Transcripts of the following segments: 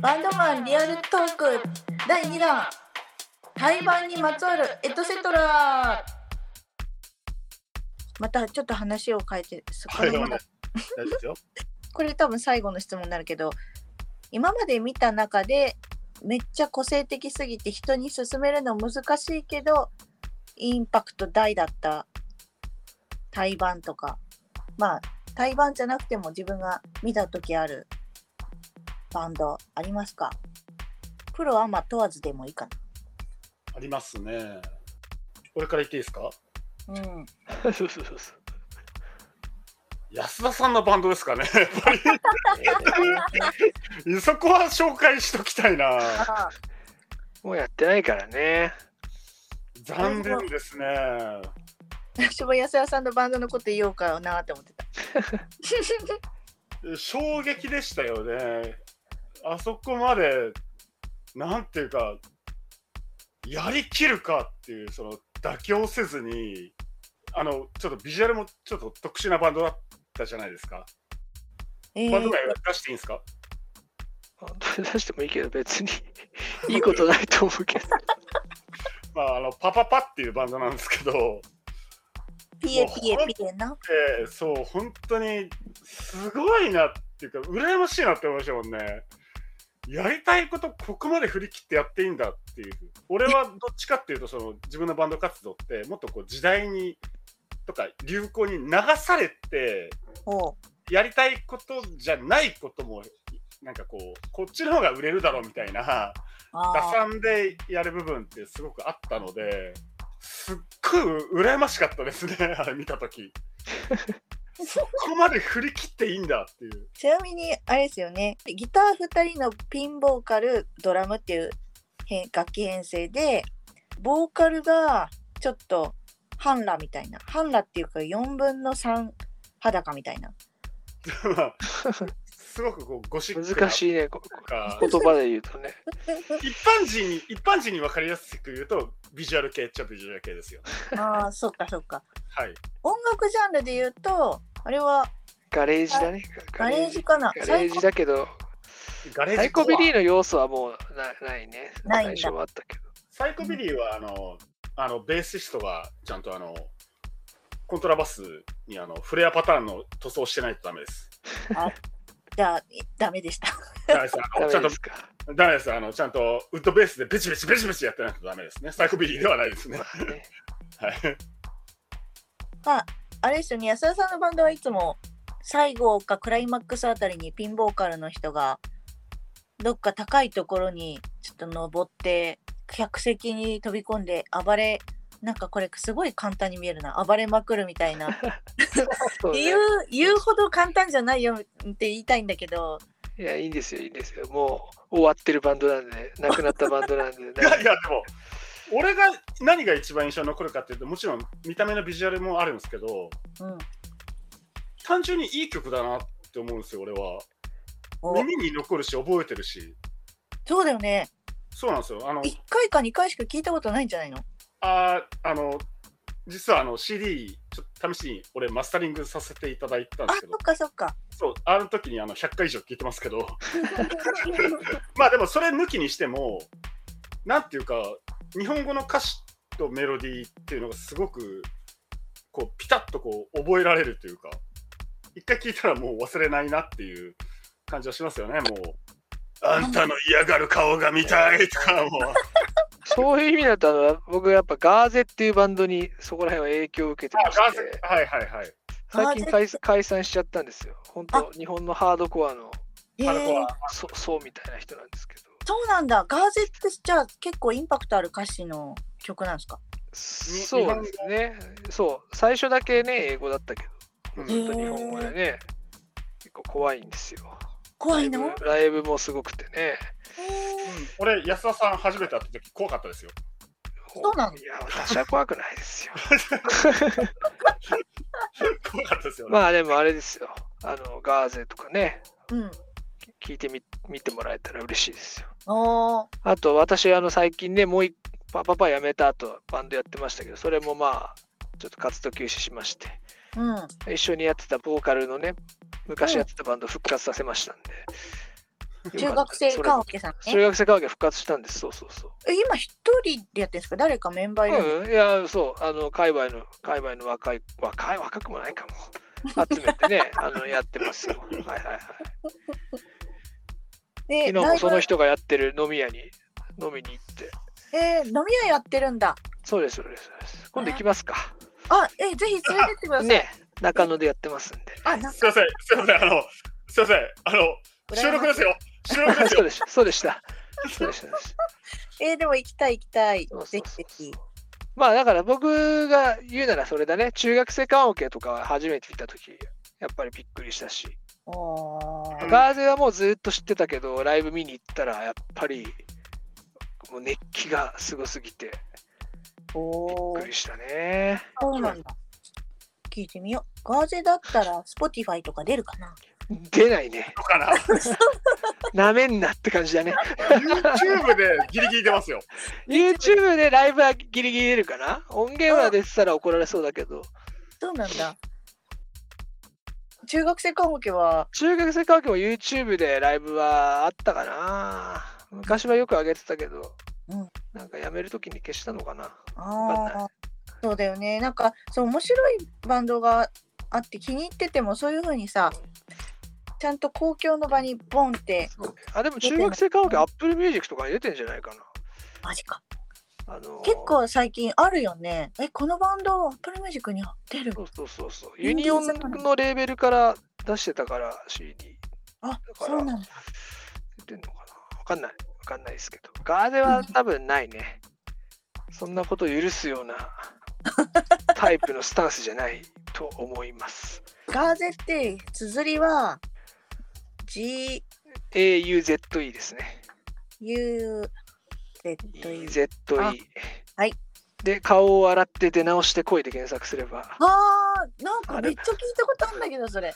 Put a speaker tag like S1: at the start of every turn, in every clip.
S1: バンドマンリアルトーク第2弾廃盤にまつわるエトセトラまたちょっと話を変えてそこ
S2: はい、
S1: の
S2: お
S1: まま
S2: 願い大丈夫ですよ。
S1: これ多分最後の質問になるけど今まで見た中でめっちゃ個性的すぎて人に勧めるの難しいけどインパクト大だった対バンとかまあ対バンじゃなくても自分が見た時あるバンドありますかプロアマ問わずでもいいか
S2: ありますね。これから言っていいですか
S1: な。うん、
S3: そうそうそうそう。
S2: 安田さんのバンドですかね。やっぱ りそこは紹介しときたいな。
S1: あ
S3: もうやってないからね。
S2: 残念ですね。
S1: 私も安田さんのバンドのこと言おうかなって思ってた。
S2: 衝撃でしたよね。あそこまで、なんていうか、やりきるかっていう、その妥協せずに、あの、ちょっとビジュアルもちょっと特殊なバンドだったじゃないですか。
S1: えー
S2: バンド名出していいんですか
S3: 出してもいいけど、別にいいことないと思うけど。
S2: まあ、あの、パパパっていうバンドなんですけど、
S1: ピエピエピエな。
S2: えーそう、本当にすごいなっていうか、羨ましいなって思いましたもんね。やりたいこと、ここまで振り切ってやっていいんだっていう。俺はどっちかっていうと、その自分のバンド活動って、もっとこう時代にとか流行に流されて、
S1: おう
S2: やりたいことじゃないことも、なんかこう、こっちの方が売れるだろうみたいな。
S1: あ
S2: 打
S1: ー
S2: 算でやる部分ってすごくあったのですっごい羨ましかったですね あれ見た時そこまで振り切っていいんだっていう
S1: ちなみにあれですよねギター2人のピンボーカルドラムっていう変楽器編成でボーカルがちょっと半裸みたいな半裸っていうか4分の3裸みたいな
S2: まあすごくこうゴシックな
S3: 難しいね、こ
S2: とか
S3: 言葉で言うとね。
S2: 一般人に一般人に分かりやすく言うとビジュアル系っちゃビジュアル系ですよね
S1: あーそっかそっか
S2: はい
S1: 音楽ジャンルで言うとあれは
S3: ガレージだね。
S1: ガレージ。かな
S3: ガレージだけど、
S2: ガレー
S3: サ
S2: ジ
S3: イ
S2: コ
S3: コ
S2: ア
S3: ビリーの要素はもうなないね。
S1: ないんだ
S3: 最初はあったけど。
S2: サイコビリーはあのあのベーシストがちゃんとあのコントラバスにあのフレアパターンの塗装してないとダメ です。
S1: じゃあダメでした
S2: ダメですあのちゃ
S3: ダ
S2: んと
S3: メですか。
S2: ダメです。あの、ちゃんとウッドベースでベチベチベチベチやってないとダメです ね。サイコビリーではないですね。
S3: まあ ね
S2: はい。
S1: まああれですよね安田さんのバンドはいつも最後かクライマックスあたりにピンボーカルの人がどっか高いところにちょっと登って客席に飛び込んで暴れなんかこれすごい簡単に見えるな暴れまくるみたいな
S3: そうね
S1: 言う言うほど簡単じゃないよって言いたいんだけど
S3: いや、いいんですよ、いいんですよ。もう終わってるバンドなんで、なくなったバンドなん で、
S2: いやいや、でも、俺が何が一番印象に残るかっていうと、もちろん見た目のビジュアルもあるんですけど、
S1: うん
S2: 単純にいい曲だなって思うんですよ、俺は。
S1: お
S2: 耳に残るし、覚えてるし。
S1: そうだよね
S2: そうなんですよ。あの、
S1: 1回か2回しか聞いたことないんじゃないの
S2: あーあの、実はあの CD、ちょっと試しに俺マスタリングさせていただいたん
S1: あ
S2: ですけ
S1: そ
S2: ど
S1: っ、かそっか
S2: そう、あの時にあの100回以上聞いてますけど。まあでもそれ抜きにしても、なんていうか、日本語の歌詞とメロディーっていうのがすごく、こう、ピタッとこう、覚えられるというか、一回聞いたらもう忘れないなっていう感じはしますよね、もう。あんたの嫌がる顔が見たいとか、もう。
S3: そういう意味だと、あの僕やっぱガーゼっていうバンドにそこら辺は影響を受けてま
S2: あガー
S3: し
S2: ゼ
S3: て、
S2: はいはいはい。
S3: 最近
S1: ガー
S3: 解解散しちゃったんですよ。本当、日本のハードコアの
S1: え
S2: あの子
S1: ー
S2: は、
S3: そそうみたいな人なんですけど、
S1: そうなんだガーゼってじゃあ結構インパクトある歌詞の曲なんですか
S3: そうですね。そう、最初だけね、英語だったけど、ずっと日本語でね、結構怖いんですよ。
S1: 怖いの
S3: ライブライブもすごくてね。
S2: 俺、安田さん初めて会った時怖かったですよ。
S1: そうなの
S3: いや、私は怖くないですよ。
S2: 怖かったですよね。
S3: まあでもあれですよ。あの、ガーゼとかね、
S1: うん。
S3: 聞いてみ見てもらえたら嬉しいですよ。
S1: おー
S3: あと私、あの、最近ね、もう一パパパ辞めた後、バンドやってましたけど、それもまあ、ちょっと活動休止しまして、
S1: うん。
S3: 一緒にやってたボーカルのね、昔やってたバンド復活させましたんで、
S1: 中学生関係さん
S3: 中
S1: ね。
S3: 学生関係復活したんです。そうそうそう。
S1: え今一人でやってるんですか誰かメンバーいるんですか
S3: うん、いや、そう、あの、界隈の、界隈の若い、若い、若くもないかも。集めてね、 あの、やってますよ。はいはいはい。
S1: で
S3: 昨日もその
S1: ライ
S3: 人がやってる飲み屋に飲みに行って。
S1: ブえー飲み屋やってるんだ。
S3: そうです、そうです。そうです今度行きますか。
S1: あ、えーぜひ連れてってください。
S3: ね、中野でやってますんで。
S1: あ、なん
S2: すい
S1: か
S2: ません、すいません、あの、すいません、あの、収録ですよ。収録です
S3: そう
S2: よ。
S3: でした、そうでした。そうでした。そうでした
S1: えーでも行きたい行きたい
S3: そう。そ
S1: ぜ
S3: う
S1: ひぜ
S3: そう
S1: ひ。
S3: まあだから僕が言うならそれだね。中学生カオケとかは初めて見たとき、やっぱりびっくりしたし。
S1: おー
S3: ガーゼはもうずっと知ってたけど、ライブ見に行ったらやっぱり、もう熱気がすごすぎて、びっ
S1: おー
S3: くりしたね。
S1: そうなんだ。聞いてみよう。ガーゼだったら Spotify とか出るかな。
S3: 出ないね。
S2: どうかな。
S3: なめんなって感じだね。
S2: YouTube でギリギリ出ますよ。
S3: YouTube でライブはギリギリ出るかな音源は出てたら怒られそうだけど。
S1: そうなんだ。中学生カモケは
S3: 中学生関係も YouTube でライブはあったかな昔はよく上げてたけど、
S1: うん
S3: なんかやめるときに消したのかなわかん
S1: ああそうだよねなんかそう面白いバンドがあって気に入っててもそういう風にさちゃんと公共の場にボンって
S3: あ、でも中学生関係 Apple Music とかに出てんじゃないか
S1: マジか
S3: な、あのー
S1: 結構最近あるよねえこのバンド Apple Music に出る
S3: そうそうそうそう。ユ
S1: 人
S3: ニオン
S1: 間
S3: のレーベルから出してたから CD
S1: あ
S3: だから
S1: そうなんだ
S3: 出てんのかなわかんない。わかんないですけど。ガーデは多分ないね。そんなこと許す ようなタイプのスタンスじゃないと思います。
S1: ガーゼって綴りは GUZE
S3: AUZE ですね。EZE。
S1: あはい。
S3: で、顔を洗って出直して声で検索すれば。
S1: あーなんかめっちゃ聞いたことあるんだけどそれ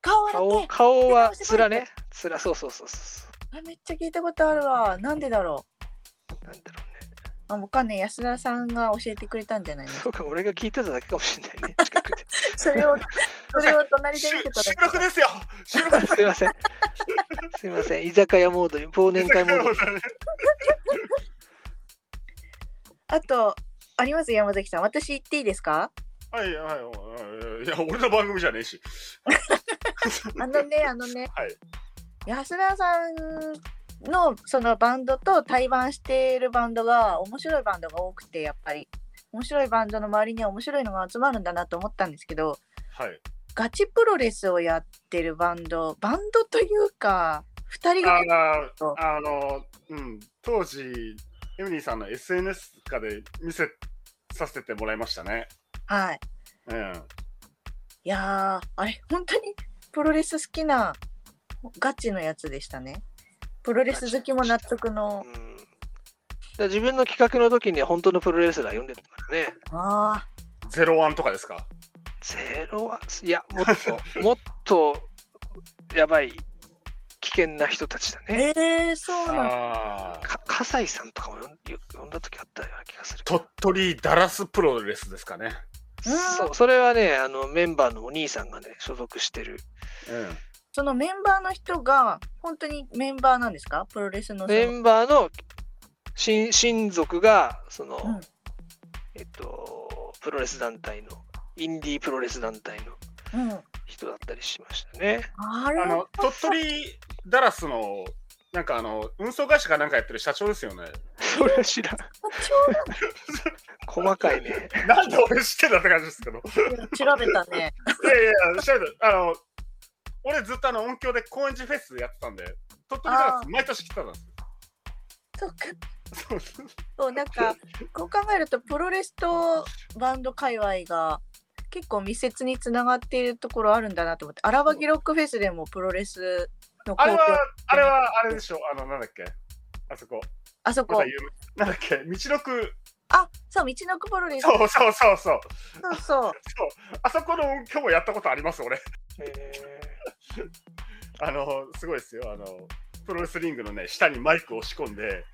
S1: 顔洗っ
S3: 顔
S1: て
S3: 顔は
S1: 出直して声
S3: 面ね。面、そうそうそうそ
S1: あめっちゃ聞いたことあるわなんでだろう
S3: う。なんだろうね。
S1: あ、わかんない。安田さんが教えてくれたんじゃないの
S3: そうか、俺が聞いてただけかもしれないね。近くで。
S1: そ れを、それを隣
S2: 収
S1: で見てた
S2: 収
S1: だけ。
S2: 録ですよ。収録です
S3: すいません。すいません。居酒屋モードに、忘年会モードに。
S1: あと、あります山崎さん。私言っていいですか
S2: はいはいはい。いや、俺の番組じゃねえし。
S1: あのね、あのね、
S2: はい。
S1: 安田さんのそのバンドと対バンしているバンドが面白いバンドが多くて、やっぱり。面白いバンドの周りには面白いのが集まるんだなと思ったんですけど、
S2: はい。
S1: ガチプロレスをやってるバンド、バンドというか、二人が
S2: あの、あの、うん、当時、エミリーさんの SNS かで見せさせてもらいましたね。
S1: はい。
S2: うん。
S1: いやーあれ本当にプロレス好きなガチのやつでしたね。プロレス好きも納得の
S3: うんだから自分の企画の時に本当のプロレスラー読んでたからね。
S1: あ
S2: ゼロワンとかですか
S3: ゼロは、いや、もっと、もっとやばい、危険な人たちだ
S1: ー
S3: ね。
S1: えー、そうなん
S2: ああ。
S3: か葛西さんとかも読んよ読んだ時あったような気がするけど
S2: 鳥取ダラスプロレスですかね。
S3: そう、それはね、あのメンバーのお兄さんがね、所属してる。
S2: うん。
S1: そのメンバーの人が本当にメンバーなんですかプロレスのそ
S3: メ
S1: の
S3: ンバーの親親族が、その、
S1: うん
S3: えっと、プロレス団体の、インディープロレス団体の
S1: うん、
S3: 人だったりしましたね。
S1: あれ
S2: あの、鳥取ダラスの、なんかあの、運送会社かなんかやってる社長ですよね。
S3: それは知らん。
S1: ち
S3: 細かいね。
S2: なんで俺知ってんだって感じですけど。い
S1: ょっと調べたね。
S2: やいや、調べた。あの、俺ずっとあの音響で高円寺フェスやってたんで、鳥取ダラ
S1: あ
S2: ス毎年来てたんです
S1: そっか
S2: よ。
S1: そうなんかこう考えるとプロレスとバンド界隈が結構密接につながっているところあるんだなと思って荒脇ロックフェスでもプロレスの
S2: あれ
S1: 公
S2: は
S1: 共、
S2: あれはあれでしょ、あの、なんだっけ、あそこ、
S1: あそ
S2: ま
S1: こ
S2: た有名なんだっけ、道のく、
S1: あそう道のくプロレス
S2: そうそうそうそう、
S1: そうそう
S2: あそこの音響もやったことあります、俺。
S3: え
S2: あの、すごいですよ、あの、プロレスリングのね、下にマイクを押し込んで、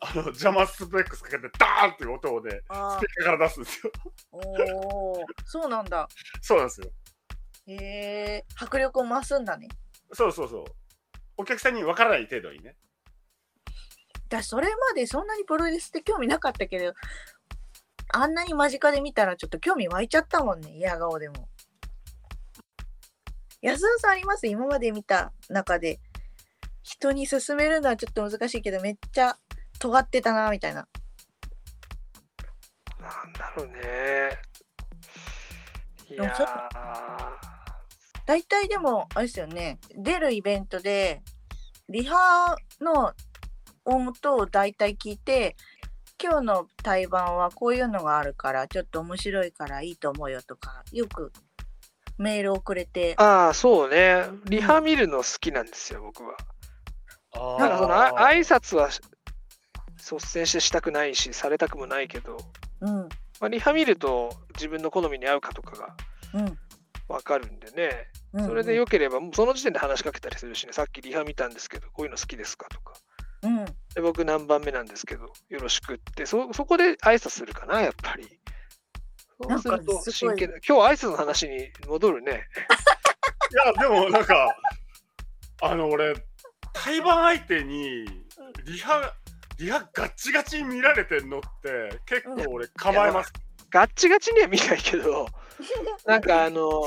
S2: あの、邪魔スプレックスかけて、ダーンっていう音をね、
S1: あー
S2: スピーカーから出すんですよ。
S1: おーそうなんだ
S2: そうなんですよ。
S1: へえ迫力を増すんだね
S2: そうそうそう。お客さんに分からない程度にね。
S1: だそれまでそんなにプロレスって興味なかったけどあんなに間近で見たらちょっと興味湧いちゃったもんね嫌顔でも安田さんあります今まで見た中で人に勧めるのはちょっと難しいけどめっちゃ尖ってたなみたいな
S3: なんだろうね。い
S1: でも
S3: や
S1: そ
S3: ー
S1: 大体でもあれですよね出るイベントでリハの音を大体聞いて今日の対バンはこういうのがあるからちょっと面白いからいいと思うよとかよくメールをくれて
S3: ああ、そうね。リハ見るの好きなんですよ、僕は。
S2: あ
S3: なんかそのあ
S2: い
S3: 挨拶はし率先してしたくないし、されたくもないけど、
S1: うん
S3: まあ、リハ見ると自分の好みに合うかとかが
S1: うん
S3: わかるんでね。
S1: うん
S3: それで良ければ、もうその時点で話しかけたりするしね。さっきリハ見たんですけど、こういうの好きですかとか。
S1: うん
S3: で僕何番目なんですけど、よろしくって、そそこで挨拶するかな、やっぱり。そ
S1: な
S3: うんす
S1: か
S3: ると
S1: すご
S3: 真
S1: い
S3: 剣な。今日挨拶の話に戻るね。
S2: や、でもなんか、あの俺、対バン相手にリハ、リハガッチガチに見られてんのって、結構俺構えます。
S3: ガッチガチには見ないけど、なんかあの、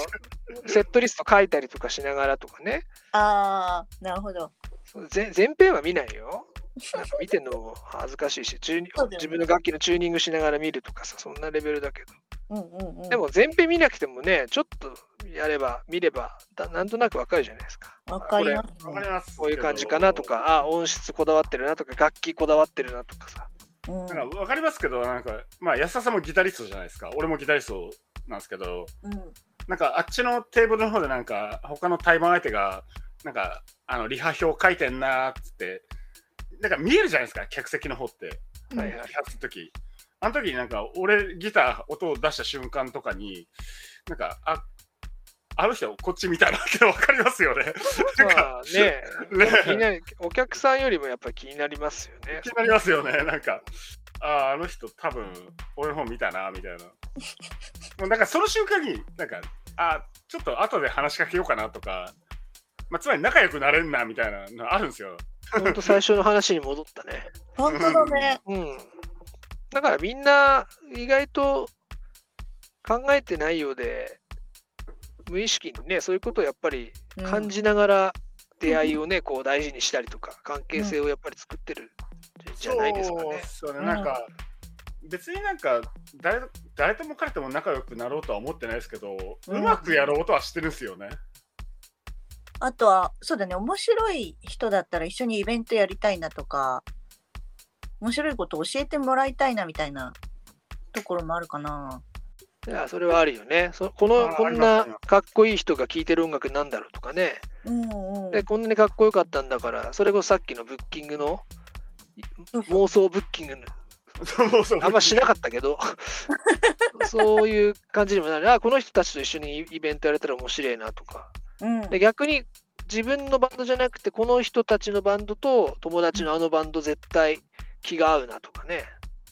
S3: セットリスト書いたりとかしながらとかね、
S1: ああなるほど
S3: そう前前編は見ないよ。なんか見てんのも恥ずかしいし、チューニ
S1: そうだよね
S3: 自分の楽器のチューニングしながら見るとかさ、そんなレベルだけど。
S1: うんうんうん
S3: でも前編見なくてもね、ちょっとやれば、見れば、だなんとなくわかるじゃないですか。
S1: わかります
S2: わかり
S1: ね
S2: ます。
S3: こういう感じかなと。か、あ音質こだわってるなとか、楽器こだわってるなとかさ。
S1: うん
S2: なんかわかりますけど、なんか、まあ安田さんもギタリストじゃないですか。俺もギタリストなんですけど、
S1: うん
S2: なんかあっちのテーブルの方でなんか他の対バン相手がなんかあのリハ表書いてんなーっつってなんか見えるじゃないですか客席の方って
S1: うん
S3: はいはい
S2: リハする時あの時になんか俺ギター音を出した瞬間とかになんかああの人こっち見たなって分かりますよねなんか
S3: まあね、
S2: ね
S3: 気になるお客さんよりもやっぱり気になりますよね
S2: 気。になりますよねなんかあーあの人多分俺の方見たなみたいなもうなんかその瞬間になんかあーちょっと後で話しかけようかなとか、まあ、つまり仲良くなれんなみたいなのあるんですよ
S3: 本当最初の話に戻ったね。
S1: 本当だね
S3: うん。だからみんな意外と考えてないようで、無意識にね、そういうことをやっぱり感じながら出会いをね、こう大事にしたりとか、関係性をやっぱり作ってるじゃないですか
S2: そうっ
S3: ね。
S2: すよね
S1: うん
S2: なんか、別になんか誰誰とも彼とも仲良くなろうとは思ってないですけど、
S1: う
S2: うんまくやろうとはしてるんですよね
S1: あとはそうだね面白い人だったら一緒にイベントやりたいなとか面白いこと教えてもらいたいなみたいなところもあるかな。
S3: いや、それはあるよね。そこ
S2: あ
S3: の、
S2: ー
S3: こ
S2: あ
S3: ん
S2: りま
S3: な
S2: すね
S3: かっこいい人が聴いてる音楽なんだろうとかね。
S1: うんうん、
S3: で、こんなにかっこよかったんだから、それこそさっきのブッキングの、い妄想ブッキングの、
S2: そうそう
S3: あんましなかったけ ど、そういう感じにもなる。あ、この人たちと一緒にイベントやれたら面白いなとか。
S1: うん、
S3: で、逆に、自分のバンドじゃなくて、この人たちのバンドと友達のあのバンド絶対気が合うなとかね。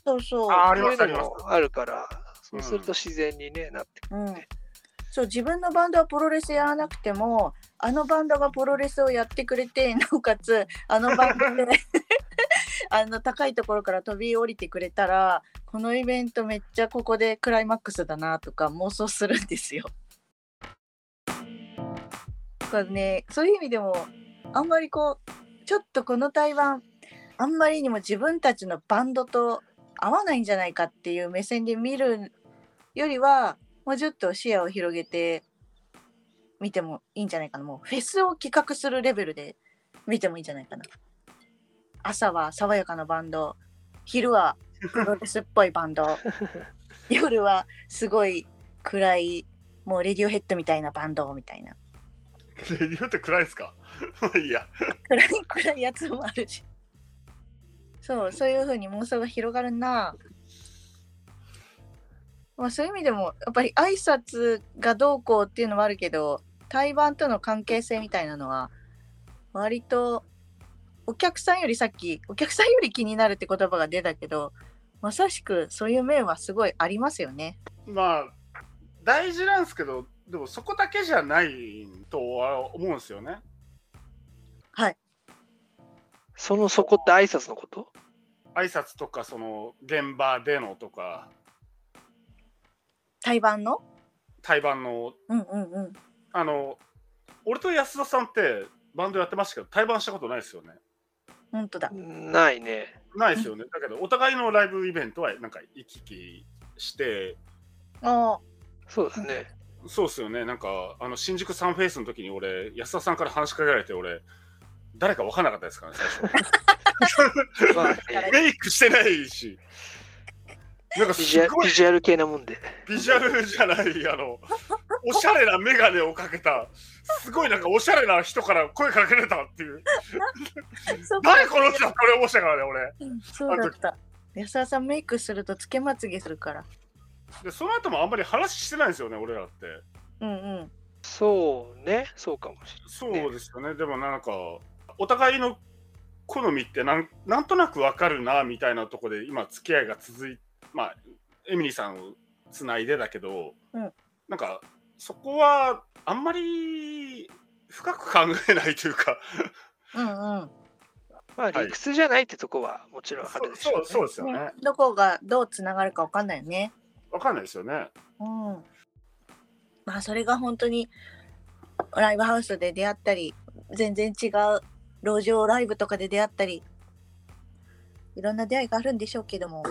S1: そうそう、
S2: あーあり
S3: そう
S2: ま
S3: いう
S2: すあ
S3: の
S2: ります
S3: もあるから、そうする
S2: う
S3: と自然にね、なってくる
S1: うん、そう自分のバンドはプロレスやらなくてもあのバンドがプロレスをやってくれてなおかつあのバンドで あの高いところから飛び降りてくれたらこのイベントめっちゃここでクライマックスだなとか妄想するんですよ。だからねそういう意味でもあんまりこうちょっとこの台湾あんまりにも自分たちのバンドと合わないんじゃないかっていう目線で見るよりはもうちょっと視野を広げて見てもいいんじゃないかなもうフェスを企画するレベルで見てもいいんじゃないかな朝は爽やかなバンド昼はプロレスっぽいバンド夜はすごい暗いもうレディオヘッドみたいなバンドみたいな
S2: レディオって暗いですか まあいいや
S1: 暗い暗いやつもあるしそうそういうふうに妄想が広がるなまあそういう意味でもやっぱり挨拶がどうこうっていうのもあるけど対バンとの関係性みたいなのは割とお客さんよりさっきお客さんより気になるって言葉が出たけどまさしくそういう面はすごいありますよね。
S2: まあ大事なんですけどでもそこだけじゃないとは思うんですよね
S1: はい
S3: そのそこって挨拶のこと
S2: 挨拶とかその現場でのとか
S1: 台湾の
S2: 対バンの
S1: うんうんうん。
S2: あの俺と安田さんってバンドやってましたけど対バンしたことないですよね
S1: 本当だ。
S3: ないね。
S2: ないですよね、だけどお互いのライブイベントはなんか行き来して
S1: あ
S3: そう だね。
S2: そうっすよねなんかあの新宿サンフェイスの時に俺安田さんから話しかけられて俺誰か分からなかったですからね最初
S3: まあね
S2: メイクしてないしなんか
S3: ビ
S2: す
S3: ジュア
S2: ごい
S3: ビジュアル系なもんで。
S2: ビジュアルじゃないあのおしゃれな眼鏡をかけたすごいなんかおしゃれな人から声かけれたっていう
S1: あ。
S2: 誰この人これ思ったからね俺
S1: うんそうだった。安田さんメイクするとつけまつげするから。
S2: でその後もあんまり話してないんですよね俺らって
S1: うんうん。
S3: そうね。そうかもし
S2: そうですよねでもなんかお互いの好みってなんなんとなくわかるなみたいなとこで今付き合いが続いまあエミリーさんをつないでだけど、
S1: うん
S2: なんかそこはあんまり深く考えないというか
S1: うんうん。
S3: れない。ま
S2: は
S3: あ
S2: い
S3: 理屈じゃないってとこはもちろんあ
S2: そ
S3: る
S2: う
S3: でしょう、
S2: そうそ
S3: ね。
S2: うですよね
S1: ねどこがどうつながるかわかんないよね。
S2: わかんないですよね
S1: うん。まあそれが本当にライブハウスで出会ったり、全然違う路上ライブとかで出会ったり、いろんな出会いがあるんでしょうけども。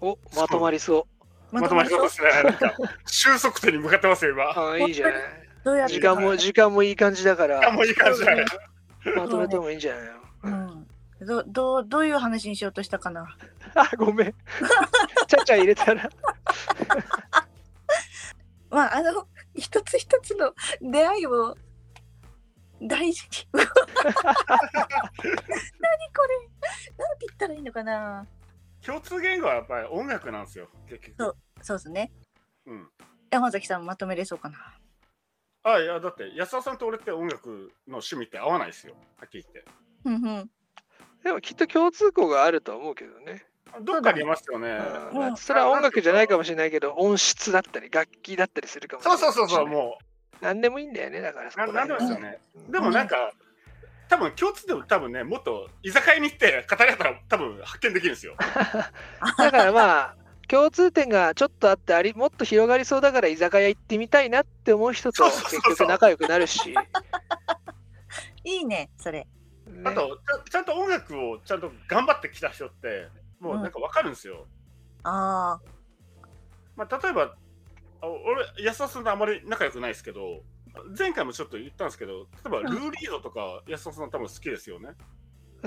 S3: おまとまりそ
S2: まとまりそう
S1: ま
S2: ですねなんか収束点に向かってますよ
S3: う。
S2: 今
S3: ああいいじゃない。
S1: どうやって
S3: 時間も時間もいい感じだか
S2: あ
S3: ら
S2: もういい感じだね
S3: まとめてもいいんじゃないの。
S1: うん。どどうどういう話にしようとしたかな。
S3: あ ごめん。ちゃちゃ入れたら。
S1: まああの一つ一つの出会いを大事に。何これ。なんて言ったらいいのかな。
S2: 共通言語はやっぱり音楽なんですよ結局
S1: そうそうですね。
S2: うん
S1: 山崎さんまとめれそうかな。
S2: あいやだって安田さんと俺って音楽の趣味って合わないですよはっきり言って
S1: うんうん。
S3: でもきっと共通項があるとは思うけどね。
S2: どっかにいますよ
S1: ね
S2: ね
S3: うんそれは音楽じゃないかもしれないけど、音質だったり、楽器だったりするかもしれ
S2: そ
S3: な
S2: う
S3: い。
S2: そうそうそうも
S3: 何でもいいんだよね、だから
S2: うななんでもですよね
S3: うん
S2: でもなんか多分共通でも多分ねもっと居酒屋に行って語り合ったら多分発見できるんですよ
S3: だからまあ、共通点がちょっとあってあり、もっと広がりそうだから居酒屋行ってみたいなって思う人
S2: そ
S3: と
S2: うそうそうそ
S3: 結
S2: う
S3: 局仲良くなるし、ね
S1: いいねそれ。
S2: あとちゃちゃんと音楽をちゃんと頑張ってきた人ってもうなんかわかるんですよ、
S1: あ
S2: まあ、例えばあ俺安田さんとあまり仲良くないですけど前回もちょっと言ったんですけど例えばルーリードとか安田さん多分好きですよね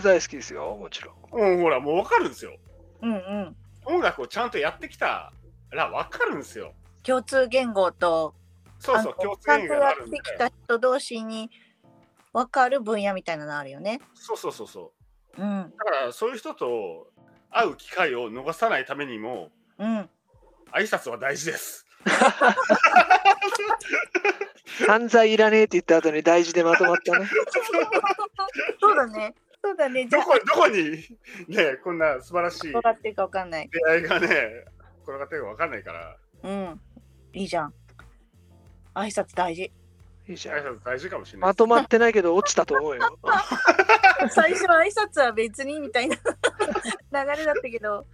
S3: 大好きですよ、もちろん。
S2: うんほらもうわかるんですよ
S1: あうんうん。
S2: 音楽をちゃんとやってきたら分かるんですよ。
S1: 共通言語と
S2: そうそう、
S1: あ
S2: 共
S1: の
S2: 通
S1: ちゃ
S2: 言
S1: んと
S2: 語が
S1: や
S2: あ
S1: っ
S2: るん
S1: て
S2: で
S1: き。た人同士に分かる分野みたいなのあるよね。
S2: そうそうそうそう。
S1: うん
S2: だから、そういう人と会う機会を逃さないためにも、
S1: うん。
S2: 挨拶は大事 です。
S3: 犯罪いらねえって言った後に大事でまとまったね。
S1: そうだね。そうだね。じゃ
S2: ど
S1: あ
S2: こ、どこに、ね、こんな素晴らしい
S1: どうなってるかわかんない。
S2: 出会いがね、転がってるか分かんないから、
S1: うん。いいじゃん。挨拶大事。
S3: いいじゃ
S2: 挨
S3: ん。
S2: 拶大事かもしれない
S3: ま。とまってないけど落ちたと思うよ。
S1: 最初は挨拶は別にみたいな 流れだったけど、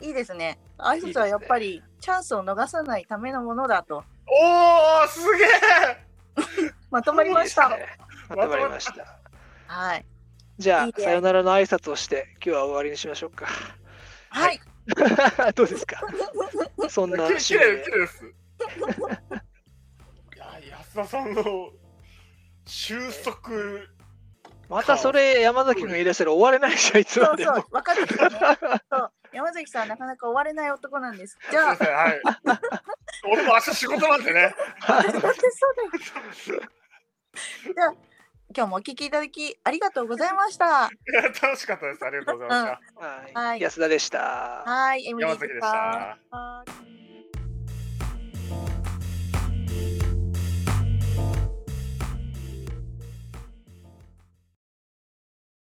S1: いいですね。挨拶はやっぱりチャンスを逃さないためのものだと。
S2: おー、すげえ
S1: まとまりま した。
S3: いいですねまとまりました。
S1: はい。
S3: じ
S1: い
S3: ゃ
S1: い
S3: あ、
S1: ね
S3: さよならの挨拶をして、今日は終わりにしましょうか。
S1: はい。
S3: どうで すかそんな
S2: きき
S3: 趣味
S2: れい、
S3: で
S2: きれいです。 いや、安田さんの収束、
S3: またそれ山崎君がいらっしゃる終われないでしょ、いつ
S1: そ
S3: ま
S1: う
S3: で
S1: そ
S3: も
S1: う。。わかるよね。そう。山崎さんはなかなか終われない男なんです。じゃあ、
S2: すいませんはい。俺も明日仕事なんでね。
S1: 私だってそうだよ。じゃあ、今日もお聞きいただきありがとうございました。
S2: いや楽しかったです。ありがとうございました。
S3: は
S1: はい
S3: い安田でした。
S1: はい、エミリー
S2: 山崎
S1: で
S2: で
S1: し。
S2: したた。
S1: はい